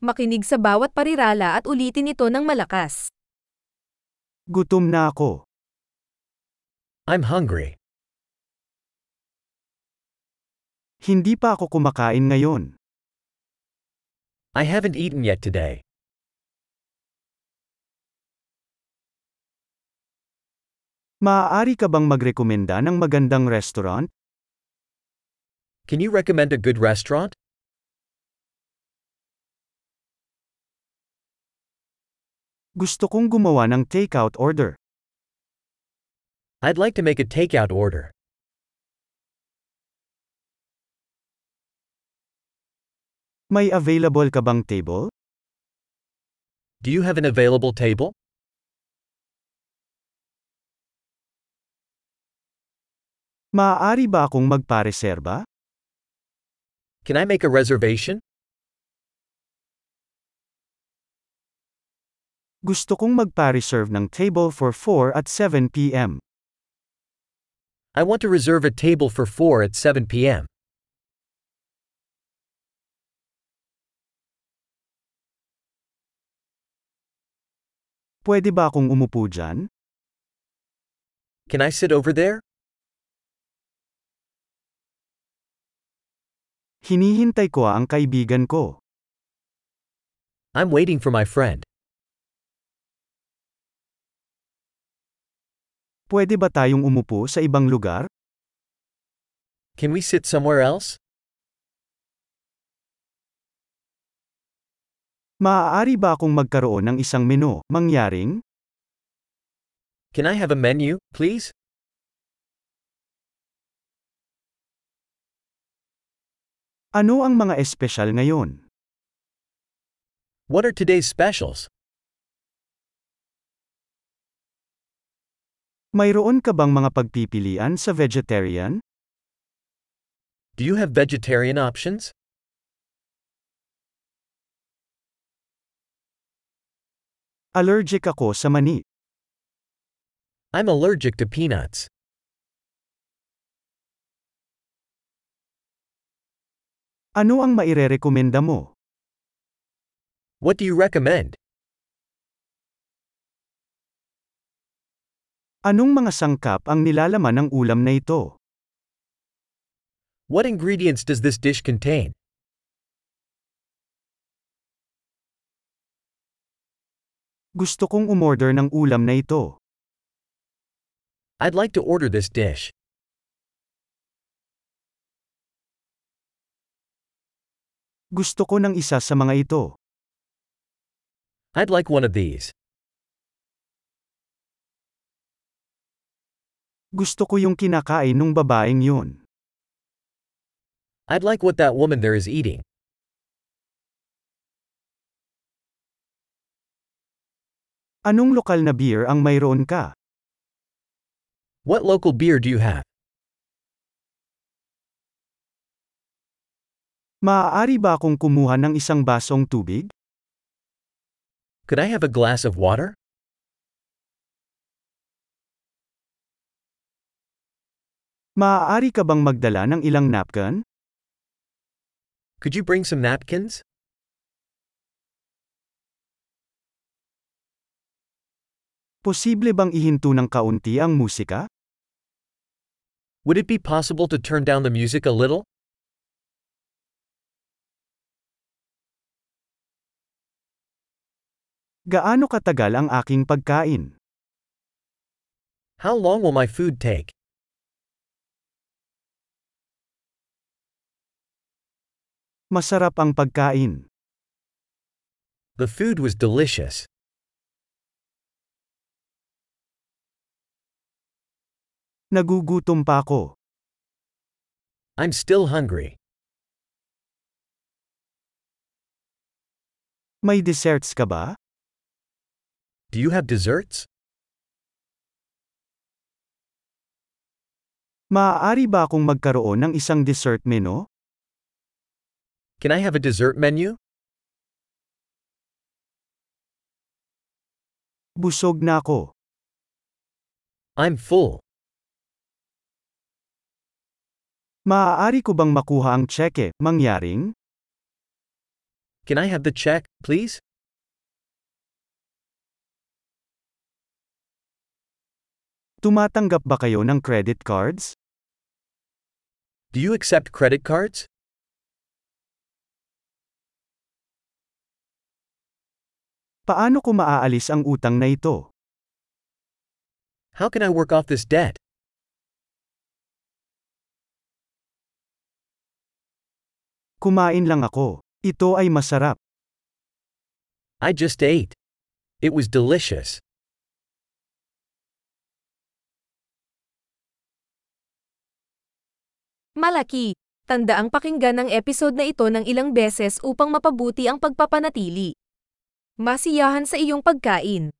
Makinig sa bawat parirala at ulitin ito ng malakas. Gutom na ako. I'm hungry. Hindi pa ako kumakain ngayon. I haven't eaten yet today. Maaari ka bang magrekomenda ng magandang restaurant? Can you recommend a good restaurant? Gusto kong gumawa ng takeout order. I'd like to make a takeout order. May available ka bang table? Do you have an available table? Maaari ba akong magpareserba? Can I make a reservation? Gusto kong magpa-reserve ng table for 4 at 7 p.m. I want to reserve a table for 4 at 7 p.m. Pwede ba akong umupo dyan? Can I sit over there? Hinihintay ko ah ang kaibigan ko. I'm waiting for my friend. Pwede ba tayong umupo sa ibang lugar? Can we sit somewhere else? Maaari ba akong magkaroon ng isang menu, mangyaring? Can I have a menu, please? Ano ang mga espesyal ngayon? What are today's specials? Mayroon ka bang mga pagpipilian sa vegetarian? Do you have vegetarian options? Allergic ako sa mani. I'm allergic to peanuts. Ano ang mairerekomenda mo? What do you recommend? Anong mga sangkap ang nilalaman ng ulam na ito? What ingredients does this dish contain? Gusto kong umorder ng ulam na ito. I'd like to order this dish. Gusto ko ng isa sa mga ito. I'd like one of these. Gusto ko yung kinakain ng babaeng yun. I'd like what that woman there is eating. Anong lokal na beer ang mayroon ka? What local beer do you have? Maaari ba akong kumuha ng isang basong tubig? Could I have a glass of water? Maaari ka bang magdala ng ilang napkin? Could you bring some napkins? Posible bang ihinto ng kaunti ang musika? Would it be possible to turn down the music a little? Gaano katagal ang aking pagkain? How long will my food take? Masarap ang pagkain. The food was delicious. Nagugutom pa ako. I'm still hungry. May desserts ka ba? Do you have desserts? Maaari ba akong magkaroon ng isang dessert menu? Can I have a dessert menu? Busog na ako. I'm full. Maaari ko bang makuha ang cheque, mangyaring? Can I have the check, please? Tumatanggap ba kayo ng credit cards? Do you accept credit cards? Paano ko maaalis ang utang na ito? How can I work off this debt? Kumain lang ako. Ito ay masarap. I just ate. It was delicious. Malaki. Tanda ang pakinggan ng episode na ito ng ilang beses upang mapabuti ang pagpapanatili. Masiyahan sa iyong pagkain.